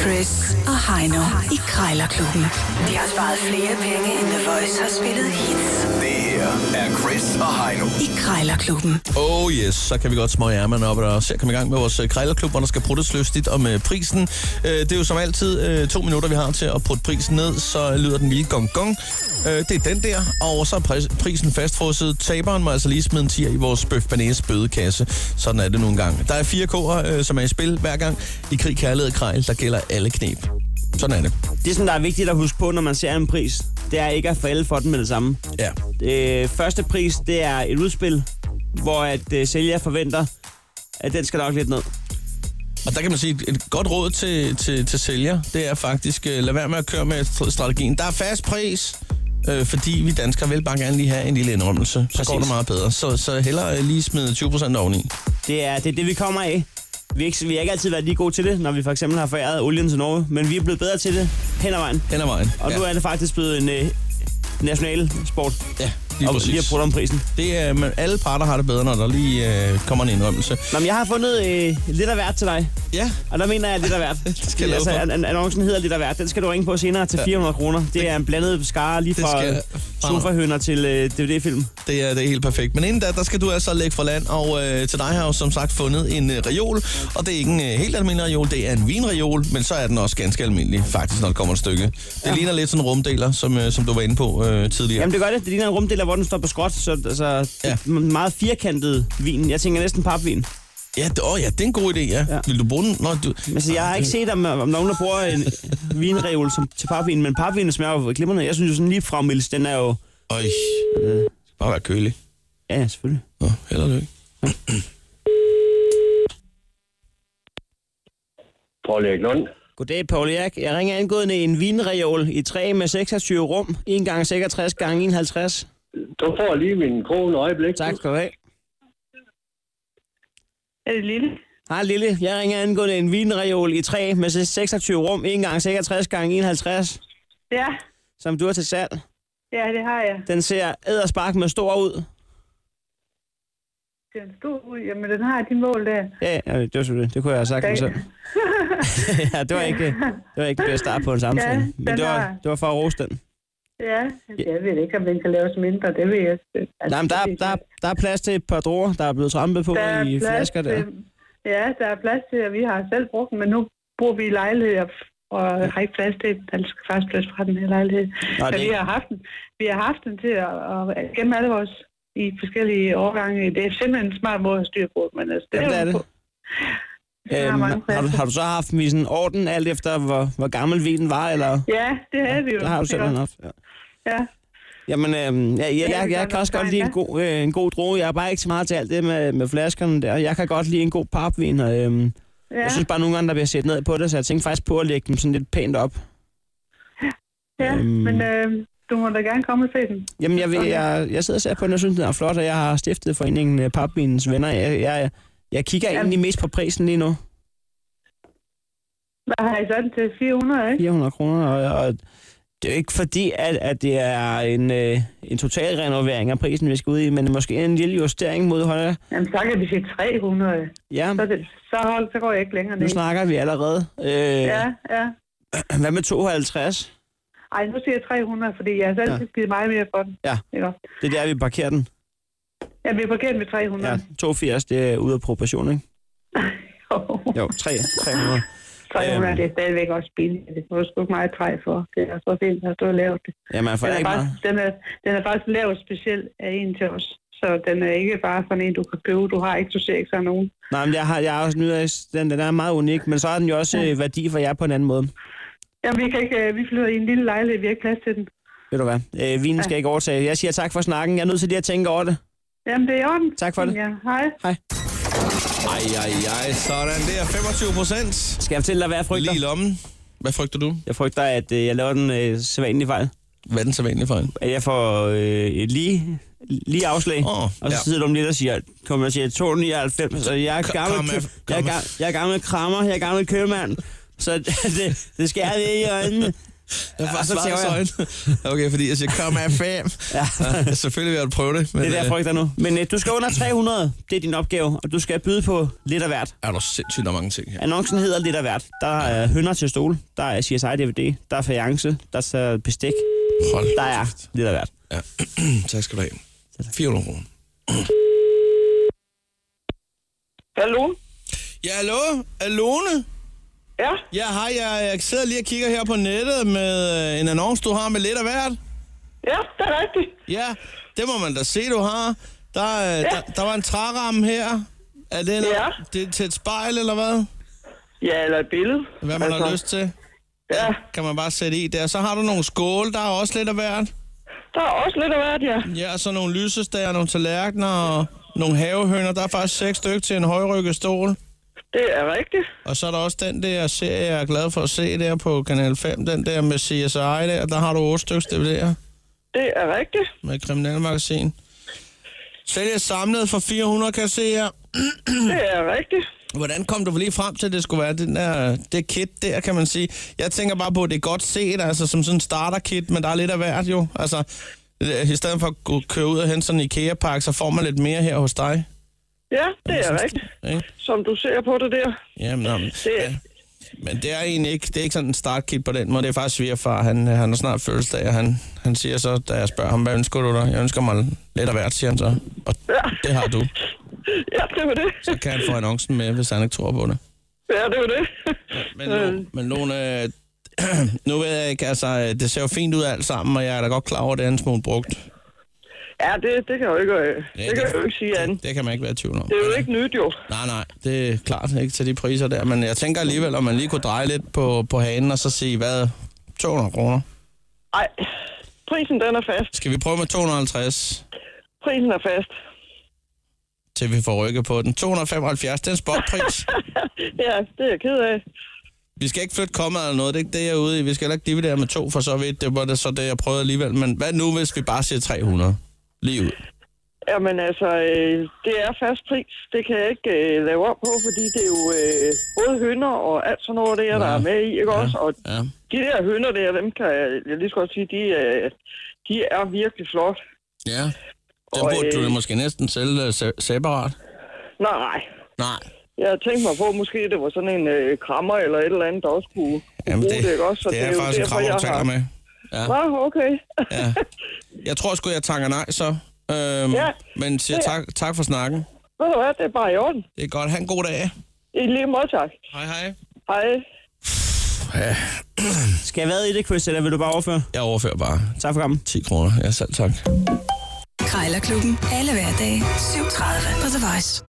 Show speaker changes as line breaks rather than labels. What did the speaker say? Chris og Heino i Krejlerklubben. De har sparet flere penge, end The Voice har spillet hits
Det her er Chris og Heino.
i Krejlerklubben.
Oh yes, så kan vi godt smøge ærmerne op og se at komme i gang med vores øh, krejlerklub, hvor der skal pruttes løftigt om øh, prisen. Øh, det er jo som altid øh, to minutter, vi har til at prutte prisen ned, så lyder den lige gong gong. Øh, det er den der, og så er pris- prisen fastfrosset. Taberen må altså lige smide en tier i vores bøf banæs bødekasse. Sådan er det nogle gange. Der er fire k'er, øh, som er i spil hver gang. I krig, kærlighed og krejl, der gælder alle knep. Sådan er det.
Det, som der er vigtigt at huske på, når man ser en pris, det er ikke at falde for den med det samme.
Ja.
Øh, første pris, det er et udspil, hvor at øh, sælger forventer, at den skal nok lidt ned.
Og der kan man sige, et- et godt råd til, til, til sælger, det er faktisk, øh, lad være med at køre med st- strategien. Der er fast pris, øh, fordi vi danskere vil bare gerne lige have en lille indrømmelse. Så Præcis. går det meget bedre. Så, så hellere øh, lige smide 20% oveni.
Det er det, er det vi kommer af. Vi, er ikke, vi har ikke altid været lige gode til det, når vi for eksempel har foræret olien til Norge, men vi er blevet bedre til det hen ad vejen.
Hen ad vejen.
Og ja. nu er det faktisk blevet en øh, national sport.
Ja, lige
og lige at
præcis.
bruge om prisen.
Det er, men alle parter har det bedre, når der lige øh, kommer en indrømmelse.
Nå, men jeg har fundet øh, lidt af hvert til dig.
Ja,
Og der mener jeg lidt af hvert.
Det skal jeg love
altså,
for.
an- an- annoncen hedder lidt af hvert. Den skal du ringe på senere til 400 kroner. Det er en blandet skare lige
Det
fra
skal-
øh, sofahønder til øh, DVD-film.
det er, det er helt perfekt. Men inden da, der skal du altså lægge fra land, og øh, til dig har jeg jo som sagt fundet en øh, reol. Og det er ikke en øh, helt almindelig reol, det er en vinreol, men så er den også ganske almindelig, faktisk, når det kommer et stykke. Det ja. ligner lidt sådan en rumdeler, som, øh, som du var inde på øh, tidligere.
Jamen det gør det. Det ligner en rumdeler, hvor den står på skråt. Så altså,
Ja.
ja. meget firkantet vin. Jeg tænker næsten papvin.
Ja, det, åh, ja, det er en god idé, ja. ja.
Ja.
Vil du bruge den? Nå, du...
Men altså, jeg har ikke set, om, om nogen, der bruger en vinreol som, til papvin, men papvin smager jo glimrende. Jeg synes jo sådan lige fra Mils, den er jo...
Øj, det skal bare være kølig.
Ja, ja, selvfølgelig.
Nå, held og lykke.
Paul Erik Lund.
Goddag, Paul Erik. Jeg ringer angående en vinreol i træ med 26 rum. 1 gange 66 gange 51.
Du får lige min kone øjeblik.
Tak skal du have.
Er det lille?
Hej Lille, jeg ringer angående en vinreol i træ med 26 rum, 1 gange 66 gange 51,
Ja,
som du har til salg.
ja, det har jeg.
Den ser æderspark med stor ud.
Den er stor ud. Jamen, den har de mål der.
Ja, ja, det var selvfølgelig det. Det kunne jeg have sagt mig selv. ja, det var ikke det var ikke det bedste start på en samtale.
Ja,
Men
den
det var,
har-
det var for at rose den.
Ja, jeg ved ikke, om den kan laves mindre. Det ved jeg ikke. Altså,
Nej, men der, er-
det-
der, er- der er plads til et par druer, der er blevet trampet på
der er
i
plads
flasker der.
til- Ja, der er plads til, at vi har selv brugt den, men nu bor vi i lejligheder og har ikke plads til, der skal faktisk plads fra den her lejlighed.
Nå,
Så
det,
vi har haft den, vi har haft den til at, at gemme alle vores i forskellige årgange. Det er simpelthen en smart måde at styre på, men altså,
Jamen, det er
jo-
det.
vi har
Øhm,
mange
har, du,
pladser.
har du så haft dem i sådan orden, alt efter hvor, hvor gammel vinen var, eller?
Ja, det havde vi jo.
Der har du selv
Ikke også?
haft, ja.
Ja.
Jamen, øhm, jeg, jeg,
det altså
jeg,
gør
jeg kan
noget
også godt
fejl,
lide
ja.
en god, øh, en god droge. Jeg er bare ikke så meget til alt det med, med flaskerne der. Jeg kan godt lide en god papvin, og øhm, ja.
Ja.
jeg synes bare nogle gange, der bliver set ned på det, så jeg tænkte faktisk på at lægge dem sådan lidt pænt op.
Ja,
Øhm.
men øh, du må da gerne komme og se den.
Jamen, jeg, ved, jeg, jeg sidder og ser på den, og synes, den er flot, og jeg har stiftet foreningen øh, Papvinens Venner. Jeg, jeg, jeg kigger
Jamen.
egentlig mest på prisen lige nu.
Hvad har I sådan til 400, ikke?
400 kroner, og, og det er jo ikke fordi, at, at det er en, øh, en total renovering af prisen, vi skal ud i, men måske en lille justering mod højre.
Jamen, så kan vi sige 300.
Ja,
Så, er det, så, hold, så går jeg ikke længere ned.
nu snakker vi allerede. Øh, ja.
Ja, ja.
Hvad med 52?
Ej, nu siger jeg 300, fordi jeg har selv
Ja.
ja. givet meget mere for den.
Ja.
Ikke?
Det er der, vi parkerer den.
Jeg bliver parkeret med 300.
Ja,
Ja.
82, det er ude af proportion, ikke? Jo, 3, 300.
300,
Øhm.
det er stadigvæk også billigt. Det får du sgu ikke meget træ for. Det er så fint, at du har lavet det.
Ja, man får
Den er,
ikke meget.
faktisk, den, er, den er faktisk lavet specielt af en til os. Så den er ikke bare sådan en, du kan købe. Du har ikke, du ser ikke sådan nogen.
Nej, men jeg har, jeg har også nyder, den, den er meget unik, men så har den jo også øh, værdi for jer på en anden måde.
Jamen, vi, kan ikke, øh, vi flytter i en lille lejlighed. Vi har ikke plads til den.
Ved du hvad? Øh, vinen skal ikke overtage. Jeg siger tak for snakken. Jeg er nødt til lige at tænke over det.
Jamen, det er i orden.
Tak for det.
Ja, hej.
Ej, ej, ej, sådan der. 25 procent.
Skal jeg fortælle dig, hvad jeg frygter?
Lige i lommen. Hvad frygter du?
Jeg frygter, at øh, jeg laver den øh, sædvanlige fejl.
Hvad er den så vanlig fejl?
At jeg får øh, et lige, lige afslag.
Åh,
Og så
ja.
sidder du om lidt og siger, kommer jeg siger 299, så jeg er
Kom-
gammel,
kom
kø-
med- kom
jeg, er,
med.
ga- jeg er gammel krammer, jeg er gammel købmand, så det, det skal jeg lige i øjnene.
Ja,
så
svaret
tæver jeg.
så øjne. Okay, fordi jeg siger, kom af fem.
Ja.
ja, selvfølgelig vil jeg prøve det. Men,
Det er der, jeg
øh,
frygter nu. Men øh, du skal under 300. Det er din opgave, og du skal byde på lidt af hvert.
øh, er der sindssygt der er mange ting her.
Annoncen hedder lidt af hvert. Der er hønder til stole, der er CSI-DVD, der er fajance, der er bestik,
Hold
der er
kæft.
lidt af hvert.
Ja. tak skal du have. 400 kroner.
Hallo?
Ja, hallo? Alone?
Ja,
Ja, hej. Jeg, jeg sidder lige og kigger her på nettet med øh, en annonce, du har med lidt af hvert.
ja, det er rigtigt.
Ja, det må man da se, du har. Der, øh, der, der var en træramme her. Er det, en,
Ja.
det er til et spejl, eller hvad?
Ja, eller et billede.
Hvad man altså. har lyst til,
Ja,
kan man bare sætte i der. Så har du nogle skåle, der er også lidt af hvert.
der er også lidt af hvert, ja.
Ja, og så nogle lysestager, nogle tallerkener og nogle havehøner. Der er faktisk seks stykker til en højrykket stol.
Det er rigtigt.
Og så er der også den der serie, jeg er glad for at se der på Kanal 5, den der med CSI der. Der har du otte stykker DVD'er
Det er rigtigt.
med Kriminalmagasin. Sælger samlet for 400, kan jeg se her.
Det er rigtigt.
Hvordan kom du lige frem til, at det skulle være den der, det kit der, kan man sige? Jeg tænker bare på, at det er godt set, altså som sådan en starter-kit, men der er lidt af hvert jo. Altså, øh, i stedet for at gå- køre ud og hente sådan en IKEA-pakke, så får man lidt mere her hos dig.
Ja, det er rigtigt.
Ikke?
Som du ser på det der.
Jamen, nå, men,
Det,
ja. men det er egentlig ikke, det er ikke sådan en startkit på den måde. Det er faktisk svigerfar, han, øh, han har snart fødselsdag, og han, han siger så, da jeg spørger ham, hvad ønsker du dig? Jeg ønsker mig lidt af hvert, siger han så. Og det har du.
ja, det var det.
Så kan han få annoncen med, hvis han ikke tror på det.
Ja, det var det.
Men, Lo- men Lone, øh, nu ved jeg ikke, altså, øh, det ser jo fint ud alt sammen, og jeg er da godt klar over, at det er en smule brugt.
Ja, det, det kan jeg jo ikke, øh, det kan jeg jo ikke sige andet.
Det, det kan man ikke være i tvivl om.
Det er jo ikke nyt, jo.
Nej, nej, det er klart ikke til de priser der, men jeg tænker alligevel, om man lige kunne dreje lidt på, på hanen og så sige, hvad, 200 kroner?
Ej, prisen den er fast.
Skal vi prøve med 250,
Prisen er fast.
til vi får rykket på den? 275, det er en spotpris.
Ja, det er jeg ked af.
Vi skal ikke flytte kommet eller noget, det er ikke det, jeg er ude i. Vi skal heller ikke dividere med to, for så vidt. Det var det så det, jeg prøvede alligevel. Men hvad nu, hvis vi bare siger 300? Lige ud.
Jamen altså, øh, det er fast pris. Det kan jeg ikke øh, lave op på, fordi det er jo øh, både hønder og alt sådan noget, der, der
Ja.
er med i, ikke også? Og
Ja.
de der hønder der, dem kan jeg, jeg lige så godt sige, de, øh, de er virkelig flot.
Ja. Den
Og,
burde du
øh,
måske næsten sælge øh, se- separat.
Nej,
Nej.
jeg tænkte mig på, måske det var sådan en øh, krammer eller et eller andet, der også kunne, kunne
Jamen,
bruge det, ikke også? Så
det, er,
jo
faktisk en
derfor,
krav,
jeg
du taler
har-
med.
Nå, okay.
Ja. Jeg tror sgu, jeg tanker nej, så. Øhm,
Ja.
Men siger tak, tak for snakken.
Ved du hvad, det er bare i orden.
Det er godt. Ha' en god dag.
I lige måde, tak.
Hej, hej.
Hej.
Skal jeg være i det, Chris, eller vil du bare overføre?
Jeg overfører bare
Tak for kampen.
10 kroner. Ja, selv tak.
Krejlerklubben. Alle hverdage. 7.30 på The Voice.